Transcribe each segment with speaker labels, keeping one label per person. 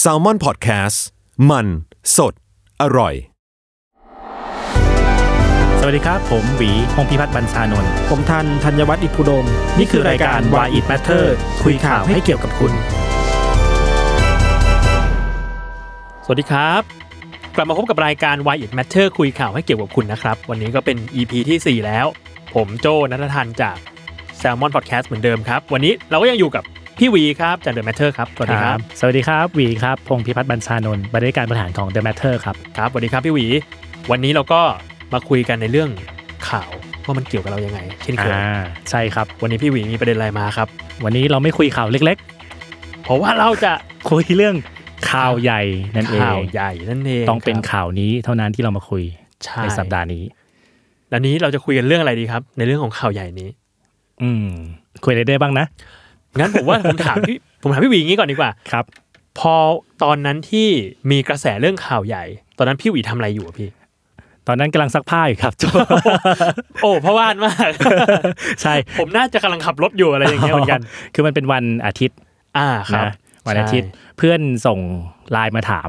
Speaker 1: แซลมอนพอดแคสต์มันสดอร่อย
Speaker 2: สวัสดีครับ ผมหวีพงพิพัฒน์บัญชานนท์
Speaker 3: ผมทันธัญวัฒน์อิพุดม
Speaker 2: นี่คือรายการ Why It Matter คุยข่าวให้เกี่ยวกับคุณ สวัสดีครับ กลับมาพบกับรายการ Why It Matter คุยข่าวให้เกี่ยวกับคุณนะครับ วันนี้ก็เป็น EP ที่ 4 แล้ว ผมโจนัททันจาก Salmon Podcast เหมือนเดิมครับ วันนี้เราก็ยังอยู่กับพี่หวีครับจาก The Matter ครับสวัสดีครับ
Speaker 4: สวัสดีครับหวีครับพงพิพัฒน์บัญชานนท์บรรณาธิการบริหารของ The Matter ครับ
Speaker 2: ครับสวัสดีครับพี่หวี วันนี้เราก็มาคุยกันในเรื่องข่าวว่ามันเกี่ยวกับเรายังไง เช่นเคย
Speaker 4: อ่า ใช่ครับ
Speaker 2: วันนี้พี่หวีมีประเด็นอะไรมาครับ
Speaker 4: วันนี้เราไม่คุยข่าวเล็ก
Speaker 2: เพราะว่าเราจะ
Speaker 4: ๆ คุยเรื่องข่าวใหญ่นั่นเอง
Speaker 2: ข่าวใหญ่นั่นเอง
Speaker 4: ต้องเป็น
Speaker 2: ครับ
Speaker 4: ข่าวนี้เท่านั้นที่เรามาคุย
Speaker 2: ใช่
Speaker 4: ในสัปดาห์นี้
Speaker 2: แล้วนี้เราจะคุยกันเรื่องอะไรดีครับ ในเรื่องของข่าวใหญ่นี้
Speaker 4: อืม คุยอะไรได้บ้างนะ
Speaker 2: งั้นผมว่า ผมถามพี่ผมถามพี่หวีอย่างงี้ก่อนดีกว่า
Speaker 4: ครับ
Speaker 2: พอตอนนั้นที่มีกระแสเรื่องข่าวใหญ่ ตอนนั้นพี่หวีทำอะไรอยู่อะพี่
Speaker 4: ตอนนั้นกำลังซักผ้าอยู่ครับ
Speaker 2: โอ้เพราะว่านมาก
Speaker 4: ใช่
Speaker 2: ผมน่าจะกำลังขับรถอยู่อะไรอย่างเงี้ยเหมือน กัน
Speaker 4: คือมันเป็นวันอาทิตย์
Speaker 2: อ่าครับ
Speaker 4: นะวันอาทิตย์เพื่อนส่งไลน์มาถาม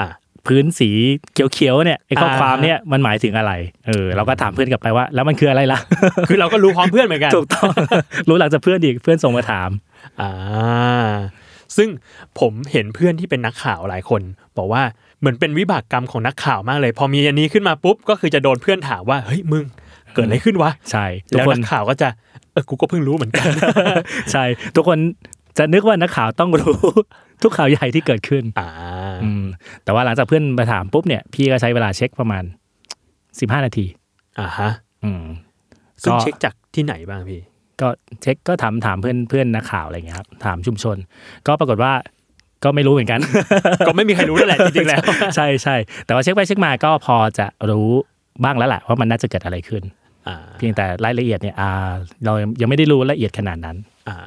Speaker 2: อ่า
Speaker 4: พื้นสีเขียวๆเนี่ยไอ้ข้อ
Speaker 2: อ่า
Speaker 4: ความเนี่ยมันหมายถึงอะไร เออ เราก็ถามเพื่อนกลับไปว่า แล้วมันคืออะไร ล่ะ
Speaker 2: คือเราก็รู้พร้อมเพื่อนเหมือนกัน
Speaker 4: ถูกต้อง รู้หลังจากเพื่อนอีกเพื่อนส่งมาถาม
Speaker 2: อ่าซึ่งผมเห็นเพื่อนที่เป็นนักข่าวหลายคน บอกว่าเหมือนเป็นวิบากกรรมของนักข่าวมากเลย พอมีอันนี้ขึ้นมาปุ๊บก็คือจะโดนเพื่อนถามว่าเฮ้ยมึงเกิดอะไรขึ้นวะ
Speaker 4: ใช่ ทุก
Speaker 2: แล้ว
Speaker 4: คน
Speaker 2: นักข่าวก็จะเออกูก็เพิ่งรู้เหมือนกัน
Speaker 4: ใช่ ทุกคนจะนึกว่านักข่าวต้องรู้ ทุกข่าวใหญ่ที่เกิดขึ้น
Speaker 2: อ่า
Speaker 4: อืมแต่ว่าหลังจากเพื่อนมาถามปุ๊บเนี่ยพี่ก็ใช้เวลาเช็คประมาณ 15 นาที
Speaker 2: อ่าฮะ
Speaker 4: อืม
Speaker 2: ซึ่ง
Speaker 4: ก็
Speaker 2: เช็คจากที่ไหนบ้างพี่
Speaker 4: ก็เช็คก็ถามถามเพื่อนเพื่อนนักข่าวอะไรเงี้ยครับถามชุมชน ก็ปรากฏว่าก็ไม่รู้เหมือน กัน
Speaker 2: ก็ไม่มีใครรู้นั่นแหละจริงๆ แล้ว
Speaker 4: ใช่ใช่แต่ว่าเช็คไปเช็คมาก็พอจะรู้บ้างแล้วแหละว่ามันน่าจะเกิดอะไรขึ้น
Speaker 2: อ่า
Speaker 4: เพียงแต่รายละเอียดเนี่ยอ่าเรายังไม่ได้รู้ละเอียดขนาดนั้น
Speaker 2: อ่า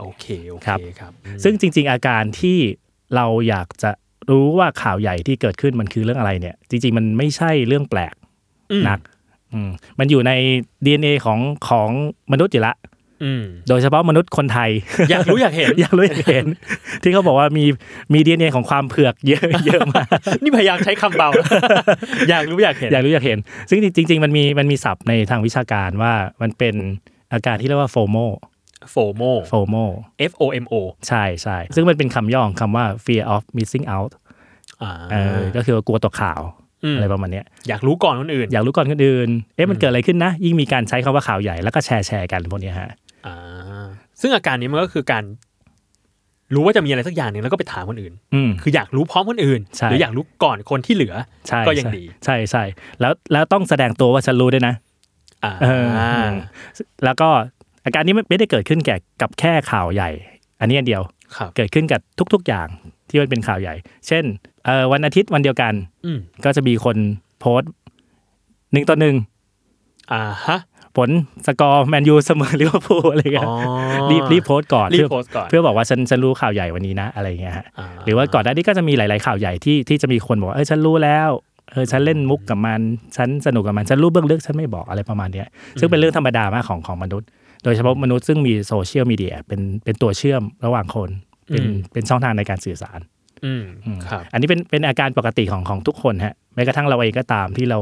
Speaker 2: โอเคโอเค
Speaker 4: ครับ
Speaker 2: ครับ
Speaker 4: ซึ่งจริง ๆ อาการที่เราอยากจะรู้ว่าข่าวใหญ่ที่เกิดขึ้นมันคือเรื่องอะไรเนี่ย จริง ๆ มันไม่ใช่เรื่องแปลก
Speaker 2: อืม
Speaker 4: นักอืมมันอยู่ใน DNA ของของมนุษย์อยู่ละ
Speaker 2: อืม
Speaker 4: โดยเฉพาะมนุษย์คนไทย
Speaker 2: อยากรู้อยากเห็น
Speaker 4: อยากรู้อยากเห็น ที่เขาบอกว่ามีมี DNA ของความเผือกเย อะเยอะมาก
Speaker 2: นี่พยายามใช้คำเบา อยากรู้อยากเห็น
Speaker 4: อยากรู้อยากเห็น ซึ่งจริง ๆ มันมีมันมีศัพท์ในทางวิชาการว่ามันเป็นอาการที่เรียกว่าโฟโม
Speaker 2: โฟโม
Speaker 4: โฟโม
Speaker 2: F O M O
Speaker 4: ใช่ใช่ซึ่งมันเป็นคำย่อของคำว่า fear of missing out
Speaker 2: อ่า
Speaker 4: เออก็คือกลัวตกข่าว
Speaker 2: ม
Speaker 4: อะไรประมาณเนี้ย
Speaker 2: อยากรู้ก่อนคนอื่น
Speaker 4: อยากรู้ก่อนคนอื่น เอ๊ะมันเกิดอะไรขึ้นนะ ยิ่งมีการใช้คำว่าข่าวใหญ่แล้วก็แชร์แชร์กันพวกเนี้ยฮะ
Speaker 2: อ่าซึ่งอาการนี้มันก็คือการ รู้ว่าจะมีอะไรสักอย่างหนึ่งแล้วก็ไปถามคนอื่น
Speaker 4: อืม
Speaker 2: คืออยากรู้พร้อมคนอื่น
Speaker 4: ใช่
Speaker 2: หรืออยากรู้ก่อนคนที่เหลือ
Speaker 4: ใช่
Speaker 2: ก็ยังดี
Speaker 4: ใช่ใช่ใช่แล้วแล้วต้องแสดงตัวว่าฉันรู้ด้วยนะ
Speaker 2: อ่า
Speaker 4: เอออืม แล้วก็อาการนี้มันไม่ได้เกิดขึ้นแก่กับแค่ข่าวใหญ่ อันนี้อันเดียว
Speaker 2: ครับ
Speaker 4: เกิดขึ้นกับทุก ๆ อย่างที่มันเป็นข่าวใหญ่ เช่นเอ่อวันอาทิตย์วันเดียวกัน
Speaker 2: อืม
Speaker 4: ก็จะมีคนโพสต์หนึ่งต่อหนึ่ง
Speaker 2: อ่าฮะ
Speaker 4: ผลสกอร์แมนยูเสมอลิเวอร์พูลอะไร
Speaker 2: อ๋
Speaker 4: เงี้
Speaker 2: อย
Speaker 4: รีบรีบโพสต์ก่อน
Speaker 2: รีบ
Speaker 4: เพื่อ
Speaker 2: โพสต์ก่อน
Speaker 4: เพื่อบอกว่าฉันฉันรู้ข่าวใหญ่วันนี้นะอะไรเงี้ยฮะ
Speaker 2: า
Speaker 4: หรือว่าก่อนหน้านี้ก็จะมีหลาย ๆ ข่าวใหญ่ที่ที่จะมีคนบอกว่าเออฉันรู้แล้วเออฉันเล่นมุกกับมันฉันสนุกกับมันฉันรู้เบื้องลึกฉันไม่บอกอะไรประมาณเนี้ยซึ่งเป็นเรื่องธรรมดามากของของมนุษย์ โดยเฉพาะมนุษย์ซึ่งมีโซเชียลมีเดียเป็นเป็นตัวเชื่อมระหว่างคน เป็นเป็นช่องทางในการสื่อสาร
Speaker 2: อืมครับ
Speaker 4: อันนี้เป็นเป็นอาการปกติของของทุกคนฮะแม้กระทั่งเราเองก็ตามที่เรา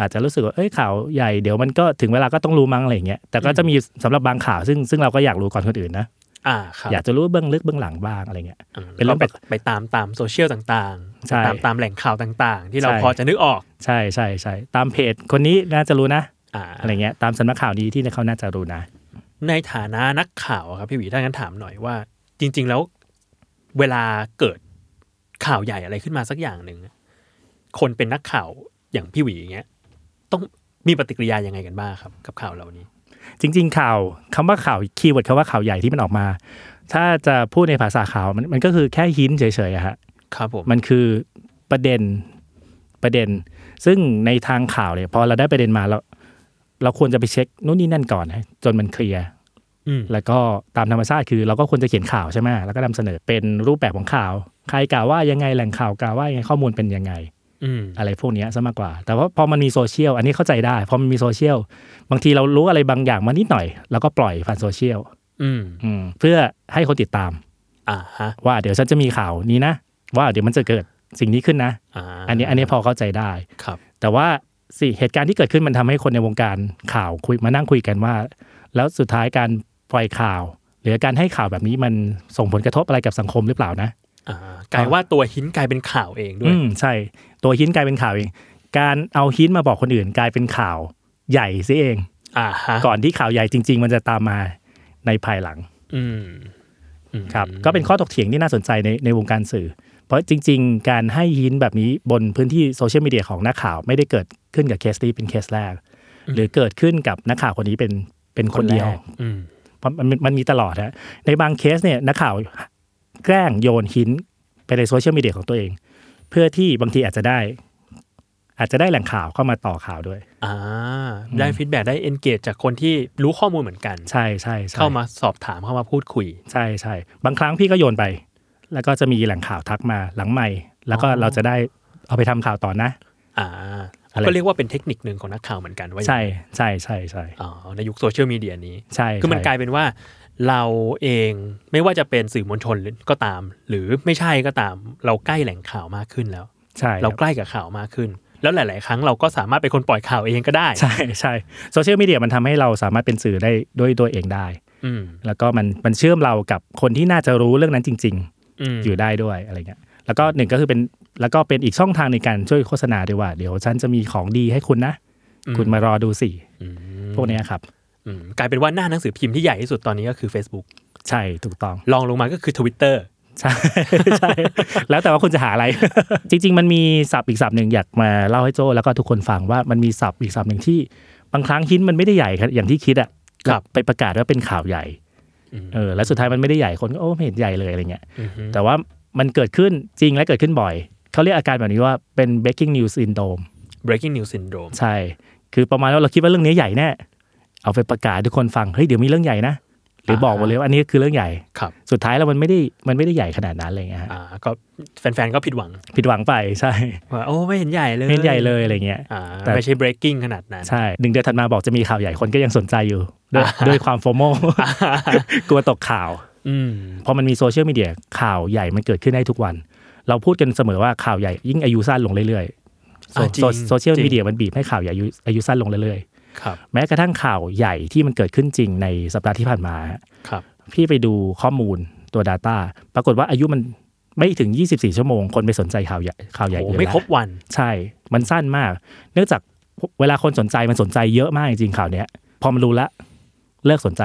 Speaker 4: อาจจะรู้สึกว่าเอ้ยข่าวใหญ่เดี๋ยวมันก็ถึงเวลาก็ต้องรู้มั้งอะไรอย่างเงี้ยแต่ก็จะมีสำหรับบางข่าวซึ่งซึ่งเราก็อยากรู้ก่อนคนอื่นนะ
Speaker 2: อ่าครับ
Speaker 4: อยากจะรู้เบื้องลึกเบื้องหลังบ้างอะไรเงี้ย
Speaker 2: อืม
Speaker 4: เป็นเรื่อง
Speaker 2: ก็ไปไปตามตามโซเชียลต่างๆ
Speaker 4: ใช่
Speaker 2: ตามตามแหล่งข่าวต่าง ๆ ที่เรา
Speaker 4: ใช่
Speaker 2: พอจะนึกออก
Speaker 4: ใช่ใช่ใช่ตามเพจคนนี้น่าจะรู้นะ
Speaker 2: อ่า
Speaker 4: อะไรเงี้ยตามสำนักข่าวนี้ที่เขาน่าจะรู้นะ
Speaker 2: ในฐานะนักข่าวอะครับพี่หวีถ้างั้นถามหน่อยว่า จริง ๆ แล้วเวลาเกิดข่าวใหญ่อะไรขึ้นมาสักอย่างหนึ่งอะคนเป็นนักข่าวอย่างพี่หวีอย่างเงี้ยต้องมีปฏิกิริยายังไงกันบ้างครับ กับข่าวเหล่านี้
Speaker 4: จริง ๆ ข่าวคำว่าข่าวคีย์เวิร์ดคำว่าข่าวใหญ่ที่มันออกมา ถ้าจะพูดในภาษาข่าวมันมันก็คือแค่หินเฉยๆอะฮะ
Speaker 2: ครับผม
Speaker 4: มันคือประเด็นประเด็น ซึ่งในทางข่าวเนี่ยพอเราได้ประเด็นมาเราเราควรจะไปเช็คนู่นนี่นั่นก่อนนะจนมันเคลียร์
Speaker 2: อืม
Speaker 4: แล้วก็ตามธรรมชาติคือเราก็ควรจะเขียนข่าวใช่ไหมแล้วก็นำเสนอเป็นรูปแบบของข่าว ใครกล่าวว่ายังไงแหล่งข่าวกล่าวว่ายังไงข้อมูลเป็นยังไง
Speaker 2: อืม
Speaker 4: อะไรพวกเนี้ยซะมากกว่า แต่ว่าพอมันมีโซเชียล อันนี้เข้าใจได้ พอมันมีโซเชียล บางทีเรารู้อะไรบางอย่างมานิดหน่อย แล้วก็ปล่อยผ่านโซเชียล
Speaker 2: อืม
Speaker 4: อืมเพื่อให้คนติดตาม
Speaker 2: อ่าฮะ
Speaker 4: ว่าเดี๋ยวฉันจะมีข่าวนี้นะ ว่าเดี๋ยวมันจะเกิดสิ่งนี้ขึ้นนะ
Speaker 2: อ่า
Speaker 4: อันนี้อันนี้พอเข้าใจได้
Speaker 2: ครับ
Speaker 4: แต่ว่าสิเหตุการณ์ที่เกิดขึ้นมันทำให้คนในวงการข่าวคุยมานั่งคุยกันว่า แล้วสุดท้ายการปล่อยข่าว หรือการให้ข่าวแบบนี้มันส่งผลกระทบอะไรกับสังคมหรือเปล่านะ
Speaker 2: อ่ากลายว่าตัวหินกลายเป็นข่าวเองด้ว
Speaker 4: อื
Speaker 2: ย
Speaker 4: มใช่ ตัวฮินกลายเป็นข่าวเอง การเอาฮินมาบอกคนอื่นกลายเป็นข่าวใหญ่ซิเอง
Speaker 2: อ่าฮะ
Speaker 4: ก่อนที่ข่าวใหญ่จริง ๆ มันจะตามมาในภายหลัง
Speaker 2: อืมอืม
Speaker 4: ครับก็เป็นข้อถกเถียงที่น่าสนใจในในวงการสื่อ เพราะจริง ๆ การให้ยินแบบนี้บนพื้นที่โซเชียลมีเดียของนักข่าวไม่ได้เกิดขึ้นกับเคสนี้เป็นเคสแรก หรือเกิดขึ้นกับนักข่าวคนนี้เป็นเป็นคนเดียว
Speaker 2: อืม
Speaker 4: เพราะมันมันมันมีตลอดฮะในบางเคสเนี่ยนักข่าวแกล้งโยนหินไปในโซเชียลมีเดียของตัวเอง เพื่อที่บางทีอาจจะได้ อาจจะได้แหล่งข่าวเข้ามาต่อข่าวด้วย
Speaker 2: อ่าได้ฟีดแบ็ได้เอนเกจจากคนที่รู้ข้อมูลเหมือนกัน
Speaker 4: ใช่ใช่ใช่
Speaker 2: เข้ามาสอบถามเข้ามาพูดคุย
Speaker 4: ใช่ใช่บางครั้งพี่ก็โยนไป แล้วก็จะมีแหล่งข่าวทักมาหลังใหม่แล้วก็
Speaker 2: อ๋อ
Speaker 4: เราจะได้เอาไปทำข่าวต่อนะ
Speaker 2: อ่า
Speaker 4: อะไร
Speaker 2: ก็เรียกว่าเป็นเทคนิคหนึ่งของนักข่าวเหมือนกันว่าอย่าง
Speaker 4: ใช่ใช่ใช่ใช่
Speaker 2: อ๋อในยุคโซเชียลมีเดียนี้
Speaker 4: ใช่
Speaker 2: คือมัน
Speaker 4: ใช่
Speaker 2: กลายเป็นว่าเราเองไม่ว่าจะเป็นสื่อมวลชนหรือก็ตาม หรือไม่ใช่ก็ตาม เราใกล้แหล่งข่าวมากขึ้นแล้ว
Speaker 4: ใช่
Speaker 2: เราใกล้กับข่าวมากขึ้น แล้วหลาย ๆ ครั้งเราก็สามารถเป็นคนปล่อยข่าวเองก็ได้
Speaker 4: ใช่ ใช่โซเชียลมีเดียมันทำให้เราสามารถเป็นสื่อได้ด้วยตัวเองได้
Speaker 2: อืม
Speaker 4: แล้วก็มันมันเชื่อมเรากับคนที่น่าจะรู้เรื่องนั้นจริง
Speaker 2: อืม
Speaker 4: ๆ อยู่ได้ด้วยอะไรเงี้ยแล้วก็หนึ่งก็คือเป็นแล้วก็เป็นอีกช่องทางในการช่วยโฆษณาด้วยว่า เดี๋ยวฉันจะมีของดีให้คุณนะ คุณมารอดูสิ
Speaker 2: อืม
Speaker 4: พวกเนี้ยครับ
Speaker 2: อืมกลายเป็นว่าหน้าหนังสือพิมพ์ที่ใหญ่ที่สุดตอนนี้ก็คือ Facebook
Speaker 4: ใช่ถูกต้อง
Speaker 2: ลองลงมาก็คือ Twitter
Speaker 4: ใช่ ใช่ แล้วแต่ว่าคุณจะหาอะไร จริง ๆ มันมีศัพท์อีกศัพท์หนึ่งอยากมาเล่าให้โจแล้วก็ทุกคนฟังว่ามันมีศัพท์อีกศัพท์หนึ่งที่บางครั้งฮินมันไม่ได้ใหญ่ครับอย่างที่คิดอะ
Speaker 2: ครับ
Speaker 4: ไปประกาศว่าเป็นข่าวใหญ่
Speaker 2: อืม
Speaker 4: เออแล้วสุดท้ายมันไม่ได้ใหญ่คนก็โอ้ไม่เห็นใหญ่เลยอะไรเงี้ย
Speaker 2: อือฮึ
Speaker 4: แต่ว่ามันเกิดขึ้นจริงและเกิดขึ้นบ่อย เขาเรียกอาการแบบนี้ว่าเป็น breaking news syndrome
Speaker 2: breaking news syndrome
Speaker 4: ใช่ คือประมาณว่าเราคิดว่าเรื่องนี้ใหญ่แน่เอาไปประกาศให้ทุกคนฟังเฮ้ยเดี๋ยวมีเรื่องใหญ่นะหรือบอกหมดเลยว่าอันนี้คือเรื่องใหญ่
Speaker 2: ครับ
Speaker 4: สุดท้ายแล้วมันไม่ได้มันไม่ได้ใหญ่ขนาดนั้นอะไรเงี้ยฮะ
Speaker 2: อ่าก็แฟน ๆ ก็ผิดหวัง
Speaker 4: ผิดหวังไปใช่
Speaker 2: ว่าโอ้ไม่เห็นใหญ่เลย
Speaker 4: เม็นใหญ่เลยอะไรเงี้ย
Speaker 2: อ่า
Speaker 4: แต่
Speaker 2: ไม่ใช่ breaking ขนาดนั้น
Speaker 4: ใช่หนึ่งเดือนถัดมาบอกจะมีข่าวใหญ่คนก็ยังสนใจอยู่ ด้วย ด้วยความโฟโม กลัวตกข่าว
Speaker 2: อืม
Speaker 4: พอมันมีโซเชียลมีเดียข่าวใหญ่มันเกิดขึ้นได้ทุกวัน เราพูดกันเสมอว่าข่าวใหญ่ยิ่งอายุสั้นลงเรื่อยๆโซ
Speaker 2: อ่าจริง
Speaker 4: โซโซเชียล
Speaker 2: จริง
Speaker 4: มีเดียมันบีบให้ข่าวใหญ่อายุอายุสั้นลงเรื่อย
Speaker 2: ครับ
Speaker 4: ๆแม้กระทั่งข่าวใหญ่ที่มันเกิดขึ้นจริงในสัปดาห์ที่ผ่านมา
Speaker 2: ครับ
Speaker 4: พี่ไปดูข้อมูลตัว Data ปรากฏว่าอายุมันไม่ถึง 24 ชั่วโมง คนไปสนใจข่าวใหญ่ข่าวใหญ่
Speaker 2: โอ้
Speaker 4: อื่น
Speaker 2: ไม่
Speaker 4: ละ
Speaker 2: ครบวัน
Speaker 4: ใช่ มันสั้นมาก เนื่องจากเวลาคนสนใจมันสนใจเยอะมากจริงๆข่าวเนี้ย พอมันรู้ละเลิกสนใจ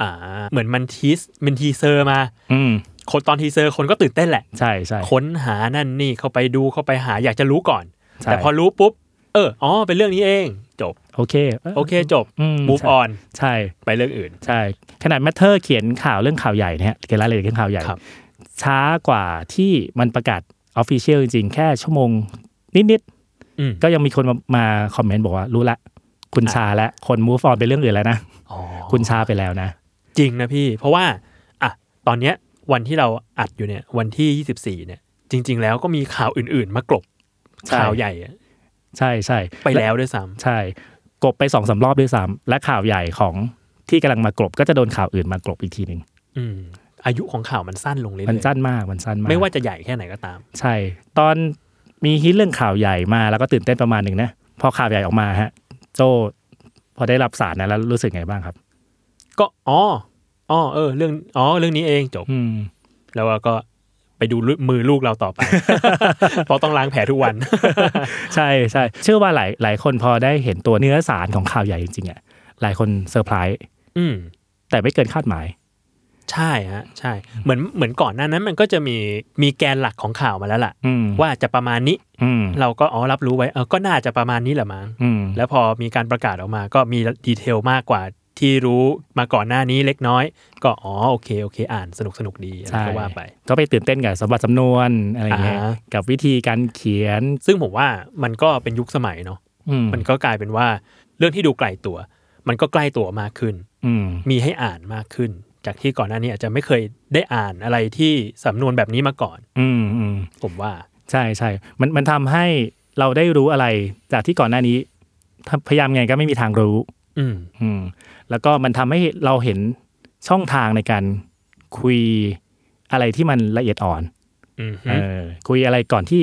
Speaker 2: อ่า เหมือนมันทีสมันทีเซอร์มา
Speaker 4: อืม
Speaker 2: คนตอนทีเซอร์คนก็ตื่นเต้นแหละ
Speaker 4: ใช่ใช่
Speaker 2: ค้นหานั่นนี่เข้าไปดูเข้าไปหาอยากจะรู้ก่อน
Speaker 4: ใช่
Speaker 2: แต่พอรู้ปุ๊บ เอออ๋อเป็นเรื่องนี้เอง จบ
Speaker 4: โอเค
Speaker 2: โอเคจบ
Speaker 4: อืม
Speaker 2: move
Speaker 4: ใช่
Speaker 2: on
Speaker 4: ใช่
Speaker 2: ไปเรื่องอื่น
Speaker 4: ใช่ ขนาดแมทเทอร์เขียนข่าวเรื่องข่าวใหญ่เนี่ยเขียนรายละเอียดเรื่องข่าวใหญ่
Speaker 2: ครับ
Speaker 4: ช้ากว่าที่มันประกาศออฟฟิเชียลจริงๆ แค่ชั่วโมงนิด
Speaker 2: อืม
Speaker 4: ๆ ก็ยังมีคนมามาคอมเมนต์บอกว่ารู้ละ คุณชาและคน move on ไปเรื่องอื่นแล้วนะ
Speaker 2: อ๋อ
Speaker 4: คุณชาไปแล้วนะ
Speaker 2: จริงนะพี่ เพราะว่า อ่ะ ตอนเนี้ยวันที่เราอัดอยู่เนี่ย วันที่ 24 เนี่ย จริง ๆ แล้วก็มีข่าวอื่นๆ มากลบ
Speaker 4: ใช่
Speaker 2: ข่าวใหญ่อะ
Speaker 4: ใช่ใช่
Speaker 2: ไปแล้วด้วยซ้
Speaker 4: ใช่ กบไปสองสารอบด้วยซ้ำและข่าวใหญ่ของที่กำลังมากลบก็จะโดนข่าวอื่นมากลบอีกทีหนึ่ง
Speaker 2: ำอืม อายุของข่าวมันสั้นลงเรื่อย
Speaker 4: มันสั้นมากมันสั้นมา
Speaker 2: ๆ
Speaker 4: ก
Speaker 2: ไม่ว่าจะใหญ่แค่ไหนก็ตาม
Speaker 4: ใช่ ตอนมีฮิตเรื่องข่าวใหญ่มาแล้วก็ตื่นเต้นประมาณหนึ่งนะพอข่าวใหญ่ออกมาฮะ โจพอได้รับสารนะแล้วรู้สึกไงบ้างครับ
Speaker 2: ก็อ๋ออ๋อเออ เรื่องอ๋อเรื่องนี้เองจบ
Speaker 4: อืม
Speaker 2: แล้วเราก็ไปดูลูกมือลูกเราต่ อไป เพราะต้องล้างแผลทุกวัน
Speaker 4: ใช่ใช่เชื่อว่าหลายหลายคนพอได้เห็นตัวเนื้อสารของข่าวใหญ่จริงๆอ่ะหลายคนเซอร์ไพรส์
Speaker 2: อืม
Speaker 4: แต่ไม่เกินคาดหมาย
Speaker 2: ใช่ฮะใช่ เหมือนเหมือนก่อนหน้านั้นมันก็จะมีมีแกนหลักของข่าวมาแล้วล่ะ
Speaker 4: อืม
Speaker 2: ว่าจะประมาณนี้
Speaker 4: อืม
Speaker 2: เราก็อ๋อรับรู้ไว้เออก็น่าจะประมาณนี้แหละมั้ง
Speaker 4: อืม
Speaker 2: แล้วพอมีการประกาศออกมาก็มีดีเทลมากกว่าที่รู้มาก่อนหน้านี้เล็กน้อย ก็อ๋อโอเคโอเค อ่านสนุกสนุกดีอะไร
Speaker 4: ใช่
Speaker 2: ก็ว่าไป
Speaker 4: ก็ไปตื่นเต้นกับสมบัติสำนวนอะไรอย่างเงี้ย
Speaker 2: อ่า
Speaker 4: กับวิธีการเขียน
Speaker 2: ซึ่งผมว่ามันก็เป็นยุคสมัยเนาะ
Speaker 4: อืม
Speaker 2: มันก็กลายเป็นว่าเรื่องที่ดูไกลตัว มันก็ใกล้ตัวมากขึ้น
Speaker 4: อืม
Speaker 2: มีให้อ่านมากขึ้น จากที่ก่อนหน้านี้อาจจะไม่เคยได้อ่านอะไรที่สำนวนแบบนี้มาก่อน
Speaker 4: อืมอืม
Speaker 2: ผมว่า
Speaker 4: ใช่ใช่มันมันทำให้เราได้รู้อะไรจากที่ก่อนหน้านี้ถ้าพยายามไงก็ไม่มีทางรู้
Speaker 2: อืม
Speaker 4: อืม แล้วก็มันทำให้เราเห็นช่องทางในการคุย อะไรที่มันละเอียดอ่อน
Speaker 2: อืม
Speaker 4: เออคุยอะไรก่อนที่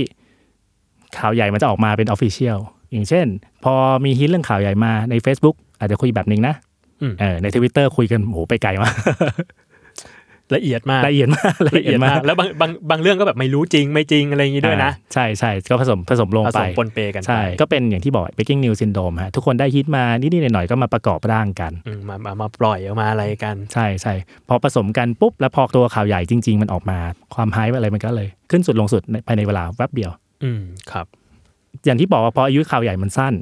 Speaker 4: ข่าวใหญ่มันจะออกมาเป็นออฟฟิเชียลอย่างเช่น พอมีฮิตเรื่องข่าวใหญ่มาใน Facebook อาจจะคุยแบบนึงนะ
Speaker 2: อืม
Speaker 4: เออในทวิตเตอร์คุยกันโหไปไกลมาก
Speaker 2: ละเอียดมาก
Speaker 4: ละเอียดมากละเอียดมาก
Speaker 2: แล้วบางบางบางเรื่องก็แบบไม่รู้จริงไม่จริงอะไรอย่างนี้ด้วยนะ
Speaker 4: อ่าใช่ใช่ก็ผสมผสมลง
Speaker 2: ผ
Speaker 4: ไป
Speaker 2: สมปนเปกันไป
Speaker 4: ใช่ ก็เป็นอย่างที่บอก breaking news syndrome ฮะทุกคนได้ฮิตมานิดๆหน่อยๆก็มาประกอบร่างกัน
Speaker 2: อืมมามามาปล่อยออกมาอะไรกัน
Speaker 4: ใช่ใช่พอผสมกันปุ๊บ แล้วพอตัวข่าวใหญ่จริง ๆ มันออกมาความฮายอะไรมันก็เลย ขึ้นสุดลงสุดในภายในเวลาแป๊บเดียว
Speaker 2: อืมครับ
Speaker 4: อย่างที่บอกว่าพออายุข่าวใหญ่มันสั้น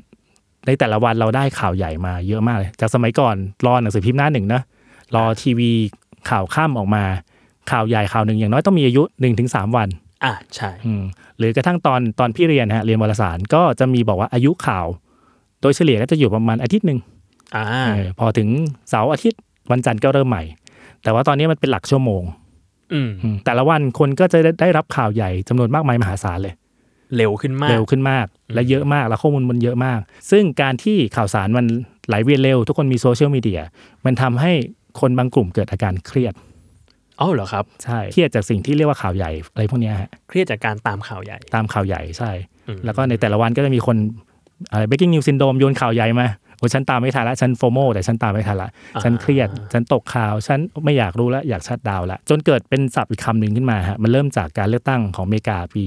Speaker 4: ในแต่ละวันเราได้ข่าวใหญ่มาเยอะมากเลย จากสมัยก่อนรอหนังสือพิมพ์หน้าหนึ่งนะรอทีวีข่าวข้ามออกมา ข่าวใหญ่ข่าวหนึ่งอย่างน้อยต้องมีอายุ 1-3 วัน
Speaker 2: อ่ะใช่
Speaker 4: อืมหรือกระทั่งตอนตอนพี่เรียนฮะเรียนวารสารก็จะมีบอกว่าอายุข่าว โดยเฉลี่ยก็จะอยู่ประมาณอาทิตย์หนึ่ง
Speaker 2: อ่า
Speaker 4: เออพอถึงเสาร์อาทิตย์วันจันทร์ก็เริ่มใหม่ แต่ว่าตอนนี้มันเป็นหลักชั่วโมง
Speaker 2: อืม
Speaker 4: อืมแต่ละวันคนก็จะได้ได้รับข่าวใหญ่จำนวนมากมายมหาศาลเลย
Speaker 2: เร็วขึ้นมาก
Speaker 4: เร็วขึ้นมากและ
Speaker 2: อืม
Speaker 4: เยอะมากและข้อมูลมันเยอะมาก ซึ่งการที่ข่าวสารมันไหลเวียนเร็ว ทุกคนมีโซเชียลมีเดียมันทำให้คนบางกลุ่มเกิดอาการเครียด
Speaker 2: เอ้าเหรอครับ
Speaker 4: ใช่เครียดจากสิ่งที่เรียกว่าข่าวใหญ่อะไรพวกเนี้ยฮะ
Speaker 2: เครียดจากการตามข่าวใหญ่
Speaker 4: ตามข่าวใหญ่ใช่
Speaker 2: อืม
Speaker 4: แล้วก็ในแต่ละวันก็จะมีคนอะไร breaking news syndrome โยนข่าวใหญ่มาโอ้ฉันตามไม่ทันละฉันโฟโมแต่ฉันตามไม่ทันละฉันเครียดฉันตกข่าว ฉันไม่อยากรู้ละอยากชัดดาวน์ละจนเกิดเป็นศัพท์อีกคำหนึ่งขึ้นมาฮะมันเริ่มจากการเลือกตั้งของอเมริกาปี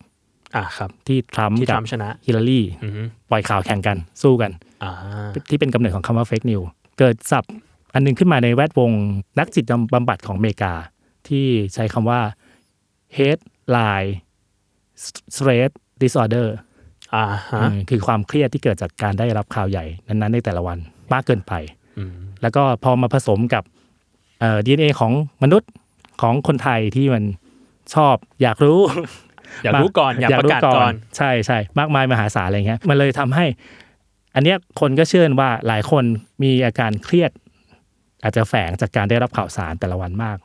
Speaker 4: 16
Speaker 2: อ่าครับ
Speaker 4: ที่ทรัมป์
Speaker 2: ที่ท
Speaker 4: กั
Speaker 2: รัม
Speaker 4: บ
Speaker 2: ป์ชนะ
Speaker 4: ฮิลลารี
Speaker 2: อืม
Speaker 4: ปล่อยข่าวแข่งกันสู้กัน
Speaker 2: อ่า
Speaker 4: ที่เป็นกำเนิดของคำว่าเฟกนิวเกิดศัพท์อันหนึงขึ้นมาในแวดวงนักจิตบำบัดของอเมริกา ที่ใช้คำว่า hate lie stress disorder
Speaker 2: อ่าฮะ
Speaker 4: อืมคือความเครียดที่เกิดจากการได้รับข่าวใหญ่นั้นๆ ในแต่ละวันมากเกินไป
Speaker 2: อืม
Speaker 4: แล้วก็พอมาผสมกับเอ่อ DNA ของมนุษย์ของคนไทยที่มันชอบอยากรู้
Speaker 2: อยากรู้ ก่อนอยากประกาศก่อน
Speaker 4: ใช่ใช่มากมายมหาศาลอะไรเงี้ยมันเลยทำให้ อันเนี้ยคนก็เชื่อว่าหลายคนมีอาการเครียด อาจจะแฝงจากการได้รับข่าวสารแต่ละวันมาก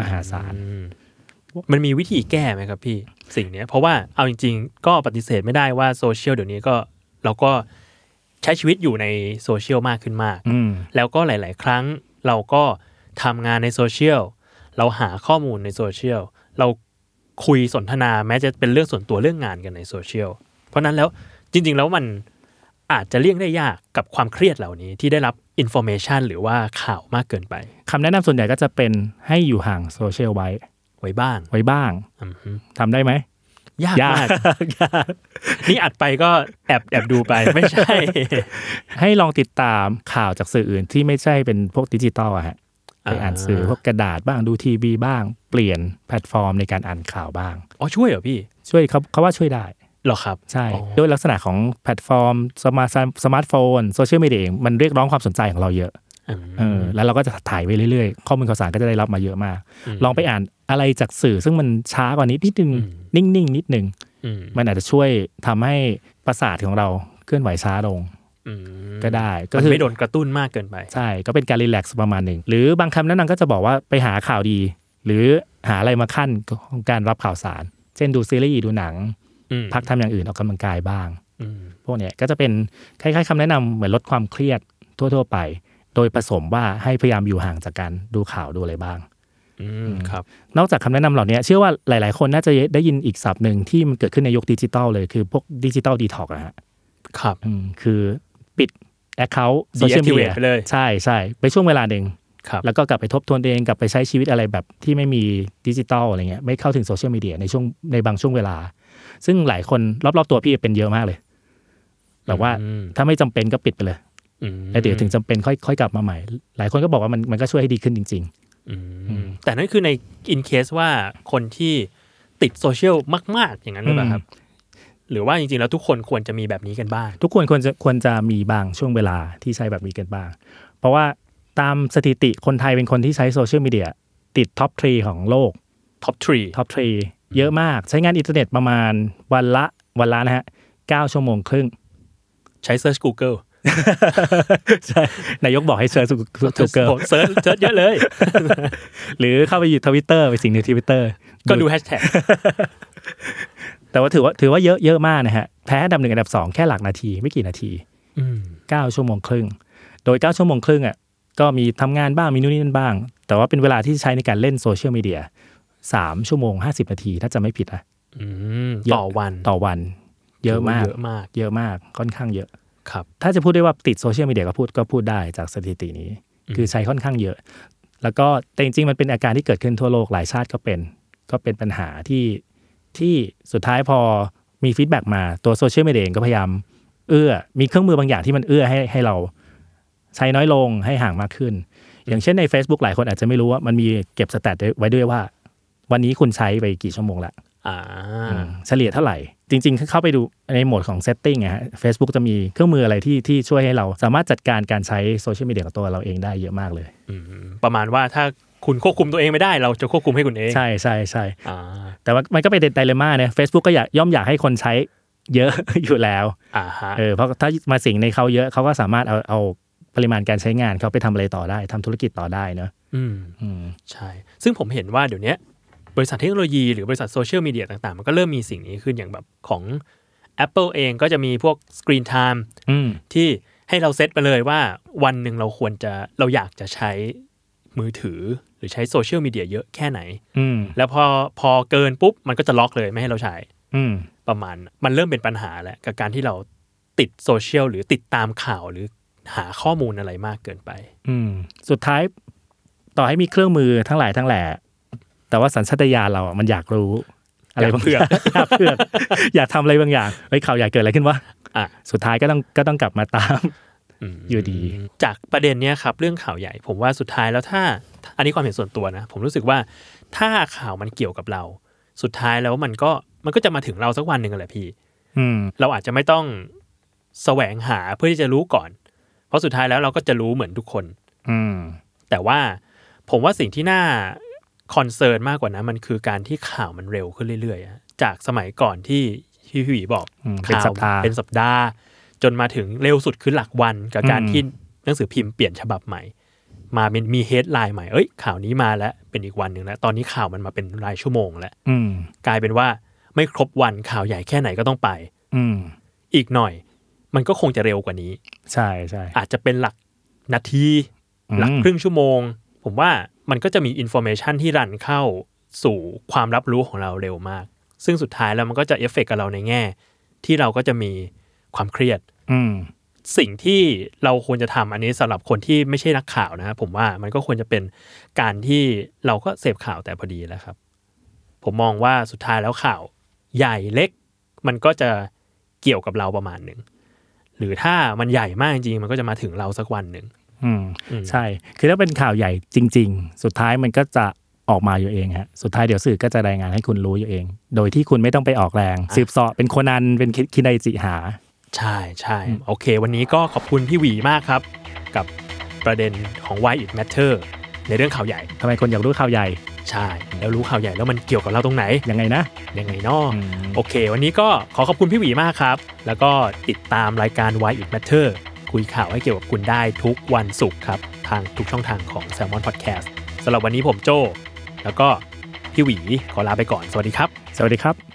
Speaker 4: มหาศาล
Speaker 2: อืมมันมีวิธีแก้ไหมครับพี่สิ่งเนี้ย เพราะว่าเอาจริง ๆ ก็ปฏิเสธไม่ได้ว่าโซเชียลเดี๋ยวนี้ก็เราก็ใช้ชีวิตอยู่ในโซเชียลมากขึ้นมาก
Speaker 4: อืม
Speaker 2: แล้วก็หลาย ๆ ครั้งเราก็ทำงานในโซเชียลเราหาข้อมูลในโซเชียลเราคุยสนทนาแม้จะเป็นเรื่องส่วนตัวเรื่องงานกันในโซเชียลเพราะนั้นแล้วจริง ๆ แล้วมันอาจจะเลี่ยงได้ยากกับความเครียดเหล่านี้ที่ได้รับอินโฟเมชันหรือว่าข่าวมากเกินไป
Speaker 4: คำแนะนำส่วนใหญ่ก็จะเป็นให้อยู่ห่างโซเชียลไว้
Speaker 2: ไว้บ้าง
Speaker 4: ไว้บ้าง
Speaker 2: อือฮึ
Speaker 4: ทำได้ไหม
Speaker 2: ยาก
Speaker 4: ยาก
Speaker 2: มาก นี่อัดไปก็แอบแอบดูไปไม่ใช่
Speaker 4: ให้ลองติดตามข่าวจากสื่ออื่นที่ไม่ใช่เป็นพวกดิจิตอลอะฮะไปอ่านสื่อพวกกระดาษบ้างดูทีวีบ้าง เปลี่ยนแพลตฟอร์มในการอ่านข่าวบ้าง
Speaker 2: อ๋อช่วยเหรอพี่
Speaker 4: ช่วยเขาเขาว่าช่วยได้
Speaker 2: เหรอครับ
Speaker 4: ใช่
Speaker 2: อ๋อ
Speaker 4: ด้วยลักษณะของแพลตฟอร์ม สมาร์ทสมาร์ทโฟนโซเชียลมีเดียเองมันเรียกร้องความสนใจของเราเยอะ
Speaker 2: อืม
Speaker 4: เออแล้วเราก็จะถ่ายไปเรื่อยๆ ข้อมูลข่าวสารก็จะได้รับมาเยอะมาก
Speaker 2: อืม
Speaker 4: ลองไปอ่านอะไรจากสื่อซึ่งมันช้ากว่านี้นิดนึง
Speaker 2: อื
Speaker 4: นิ่งๆ นิดนึง
Speaker 2: อืม
Speaker 4: มันอาจจะช่วยทำให้ประสาทของเราเคลื่อนไหวช้าลง
Speaker 2: อืม
Speaker 4: ก็ได้ก็
Speaker 2: มัน
Speaker 4: คือ
Speaker 2: ไม่โดนกระตุ้นมากเกินไป
Speaker 4: ใช่ก็เป็นการรีแลกซ์ประมาณหนึ่ง หรือบางคำแนะนำก็จะบอกว่าไปหาข่าวดี หรือหาอะไรมาขั้นของการรับข่าวสาร เช่นดูซีรีส์ดูหนัง
Speaker 2: อืม
Speaker 4: พักทำอย่างอื่นออกกำลังกายบ้าง
Speaker 2: อืม
Speaker 4: พวกเนี้ยก็จะเป็นคล้ายๆคำแนะนำเหมือนลดความเครียดทั่ว ๆ ไป โดยผสมว่าให้พยายามอยู่ห่างจากการดูข่าวดูอะไรบ้าง
Speaker 2: อืมครับ
Speaker 4: นอกจากคำแนะนำเหล่านี้เชื่อว่าหลาย ๆ คนน่าจะได้ยินอีกศัพท์หนึ่งที่มันเกิดขึ้นในยุคดิจิตอลเลยคือพวกดิจิตอลดีท็อกอะฮะ
Speaker 2: ครับ
Speaker 4: อืมคือปิดแอคเคาท์โซเชียลมีเดีย
Speaker 2: Deactivate ไปเลย
Speaker 4: ใช่ใช่ไปช่วงเวลาหนึ่ง
Speaker 2: ครับ
Speaker 4: แล้วก็กลับไปทบทวนตัวเองกลับไปใช้ชีวิตอะไรแบบที่ไม่มีดิจิตอลอะไรเงี้ยไม่เข้าถึงโซเชียลมีเดียในช่วงในบางช่วงเวลา ซึ่งหลายคนรอบ ๆ ตัวพี่เป็นเยอะมากเลยแบบว่า
Speaker 2: อืม
Speaker 4: ถ้าไม่จำเป็นก็ปิดไปเลย
Speaker 2: อืม
Speaker 4: แล้วเดี๋ยวถึงจำเป็นค่อยค่อยกลับมาใหม่ หลายคนก็บอกว่ามันมันก็ช่วยให้ดีขึ้นจริง
Speaker 2: อืมแต่นั่นคือในอินเคสว่าคนที่ติดโซเชียลมาก ๆ อย่างนั้นหรือเปล่าครับ หรือว่าจริง ๆ แล้วทุกคนควรจะมีแบบนี้กันบ้าง
Speaker 4: ๆ ทุกคนควรจะควรจะมีบางช่วงเวลาที่ใช้แบบนี้กันบ้าง เพราะว่าตามสถิติคนไทยเป็นคนที่ใช้โซเชียลมีเดียติดท็อปทรีของโลก
Speaker 2: ท็อปทรี
Speaker 4: ท็อปทรีเยอะมาก ใช้งานอินเทอร์เน็ตประมาณวันละวันละนะฮะ9ชั่วโมงครึ่ง
Speaker 2: ใช้เซิร์ช Google
Speaker 4: นายกบอกให้เซิร์ชทูเกิล
Speaker 2: ผมเซิร์ชเซิร์ชเยอะเลย
Speaker 4: หรือเข้าไปอยู่ทวิตเตอร์ไปสิงในทวิตเตอร์
Speaker 2: ก็ดูแฮชแท็ก
Speaker 4: แต่ว่าถือว่าถือว่าเยอะเยอะมากนะฮะแพ้อันดับหนึ่งอันดับสองแค่หลักนาทีไม่กี่นาที 9 ชั่วโมงครึ่ง โดย 9 ชั่วโมงครึ่งอ่ะก็มีทำงานบ้างมีนู่นนี่นั่นบ้าง แต่ว่าเป็นเวลาที่ใช้ในการเล่นโซเชียลมีเดีย 3 ชั่วโมง 50 นาที ถ้าจะไม่ผิดนะ
Speaker 2: อืม
Speaker 4: เยอะ
Speaker 2: ต่อวัน
Speaker 4: ต่อวัน เยอะมาก
Speaker 2: เยอะมาก
Speaker 4: เยอะมากค่อนข้างเยอะ
Speaker 2: ครับ
Speaker 4: ถ้าจะพูดได้ว่าติดโซเชียลมีเดียก็พูดก็พูดได้จากสถิตินี้
Speaker 2: อืม
Speaker 4: คือใช้ค่อนข้างเยอะ แล้วก็แต่จริงๆมันเป็นอาการที่เกิดขึ้นทั่วโลกหลายชาติก็เป็น ก็เป็นปัญหาที่ที่สุดท้ายพอมีฟีดแบ็กมาตัวโซเชียลมีเดียเองก็พยายาม เอื้อมีเครื่องมือบางอย่างที่มันเอื้อให้ให้เราใช้น้อยลงให้ห่างมากขึ้น อย่างเช่นใน Facebook หลายคนอาจจะไม่รู้ว่ามันมีเก็บสแตทไว้ด้วยว่า วันนี้คุณใช้ไปกี่ชั่วโมงละ
Speaker 2: อ่า
Speaker 4: เฉลี่ยเท่าไหร่ จริง ๆ เข้าไปดูในโหมดของ setting อะฮะ Facebook จะมีเครื่องมืออะไรที่ที่ช่วยให้เราสามารถจัดการการใช้โซเชียลมีเดียของตัวเราเองได้เยอะมากเลย
Speaker 2: อืมประมาณว่าถ้าคุณควบคุมตัวเองไม่ได้ เราจะควบคุมให้คุณเอง
Speaker 4: ใช่ใช่ใช่
Speaker 2: อ่า
Speaker 4: แต่ว่ามันก็เป็นไดเลม่าเนี่ย Facebook ก็อยากย่อมอยากให้คนใช้เยอะ อยู่แล้ว
Speaker 2: อ่าฮะ
Speaker 4: เออเพราะถ้ามาสิงในเขาเยอะเขาก็สามารถเอาเอาปริมาณการใช้งานเขาไปทำอะไรต่อได้ทำธุรกิจต่อได้เนอะ
Speaker 2: ืม
Speaker 4: อืม
Speaker 2: ใช่ ซึ่งผมเห็นว่าเดี๋ยวเนี้ย บริษัทเทคโนโลยีหรือบริษัทโซเชียลมีเดียต่างๆ มันก็เริ่มมีสิ่งนี้ขึ้นอย่างแบบของ Apple เองก็จะมีพวก Screen Time
Speaker 4: อืม
Speaker 2: ที่ให้เราเซตไปเลยว่าวันหนึ่งเราควรจะเราอยากจะใช้มือถือหรือใช้โซเชียลมีเดียเยอะแค่ไหน
Speaker 4: อืม
Speaker 2: แล้วพอพอเกินปุ๊บ มันก็จะล็อกเลยไม่ให้เราใช้
Speaker 4: อืม
Speaker 2: ประมาณน่ะมันเริ่มเป็นปัญหาแล้วกับการที่เราติดโซเชียลหรือติดตามข่าวหรือหาข้อมูลอะไรมากเกินไป
Speaker 4: อืมสุดท้ายต่อให้มีเครื่องมือทั้งหลายทั้งแหล่ แต่ว่าสัญชาตญาณเราอ่ะมันอยากรู้ อะไรบาง อย่างอยากเพื่อกอยากทำอะไรบางอย่างเฮ้ยข่าวใหญ่เกิดอะไรขึ้นวะ
Speaker 2: อ่ะ
Speaker 4: สุดท้ายก็ต้องก็ต้องกลับมาตาม
Speaker 2: ม
Speaker 4: อยู่ดี
Speaker 2: จากประเด็นเนี้ยครับเรื่องข่าวใหญ่ ผมว่าสุดท้ายแล้วถ้า อันนี้ความเห็นส่วนตัวนะ ผมรู้สึกว่าถ้าข่าวมันเกี่ยวกับเรา สุดท้ายแล้วมันก็มันก็จะมาถึงเราสักวันหนึ่งอะแหละพี่
Speaker 4: อืม
Speaker 2: เราอาจจะไม่ต้องแสวงหาเพื่อที่จะรู้ก่อน เพราะสุดท้ายแล้วเราก็จะรู้เหมือนทุกคน
Speaker 4: อืม
Speaker 2: แต่ว่าผมว่าสิ่งที่น่าคอนเซิร์นมากกว่านั้นมันคือการที่ข่าวมันเร็วขึ้นเรื่อยๆอะจากสมัยก่อนที่พี่พี่หวีบอก
Speaker 4: อืมเป็น
Speaker 2: ข่าว
Speaker 4: สัปดาห์
Speaker 2: เป็นสัปดาห์ จนมาถึงเร็วสุดคือหลักวันกับการ
Speaker 4: อืม
Speaker 2: ที่หนังสือพิมพ์เปลี่ยนฉบับใหม่ มาเป็นมีเฮดไลน์ใหม่เอ้ยข่าวนี้มาแล้วเป็นอีกวันหนึ่งแล้วตอนนี้ข่าวมันมาเป็นรายชั่วโมงแล้ว
Speaker 4: อืม
Speaker 2: กลายเป็นว่าไม่ครบวันข่าวใหญ่แค่ไหนก็ต้องไป
Speaker 4: อืม
Speaker 2: อีกหน่อย มันก็คงจะเร็วกว่านี้
Speaker 4: ใช่ใช่
Speaker 2: อาจจะเป็นหลักนาที หลักครึ่งชั่วโมง ผมว่ามันก็จะมีอินโฟเมชันที่รันเข้าสู่ความรับรู้ของเราเร็วมาก ซึ่งสุดท้ายแล้วมันก็จะเอฟเฟกต์กับเราในแง่ ที่เราก็จะมีความเครียด
Speaker 4: อืม
Speaker 2: สิ่งที่เราควรจะทำอันนี้สำหรับคนที่ไม่ใช่นักข่าวนะครับผมว่ามันก็ควรจะเป็นการที่เราก็เสพข่าวแต่พอดีแหล้วครับ ผมมองว่าสุดท้ายแล้วข่าวใหญ่เล็ก มันก็จะเกี่ยวกับเราประมาณหนึ่งหรือถ้ามันใหญ่มากจริงๆมันก็จะมาถึงเราสักวันหนึ่ง
Speaker 4: อืม
Speaker 2: อืม
Speaker 4: ใช่ คือถ้าเป็นข่าวใหญ่จริง ๆ สุดท้ายมันก็จะออกมาอยู่เองฮะสุดท้ายเดี๋ยวสื่อก็จะรายงานให้คุณรู้อยู่เอง โดยที่คุณไม่ต้องไปออกแรง สืบเสาะเป็นโคนันเป็นคินไดจิหา
Speaker 2: ใช่ใช่โอเค วันนี้ก็ขอบคุณพี่หวีมากครับ กับประเด็นของ why it matter ในเรื่องข่าวใหญ่
Speaker 4: ทำไมคนอยากรู้ข่าวใหญ่
Speaker 2: ใช่ แล้วรู้ข่าวใหญ่แล้วมันเกี่ยวกับเราตรงไหน
Speaker 4: ยังไงนะ
Speaker 2: ยังไงเนอก โอเค วันนี้ก็ขอขอบคุณพี่หวีมากครับ แล้วก็ติดตามรายการ Why It Matter คุยข่าวให้เกี่ยวกับคุณได้ทุกวันศุกร์ครับ ทางทุกช่องทางของ Salmon Podcast สำหรับวันนี้ผมโจแล้วก็พี่หวีขอลาไปก่อน สวัสดีครับ
Speaker 4: สวัสดีครับ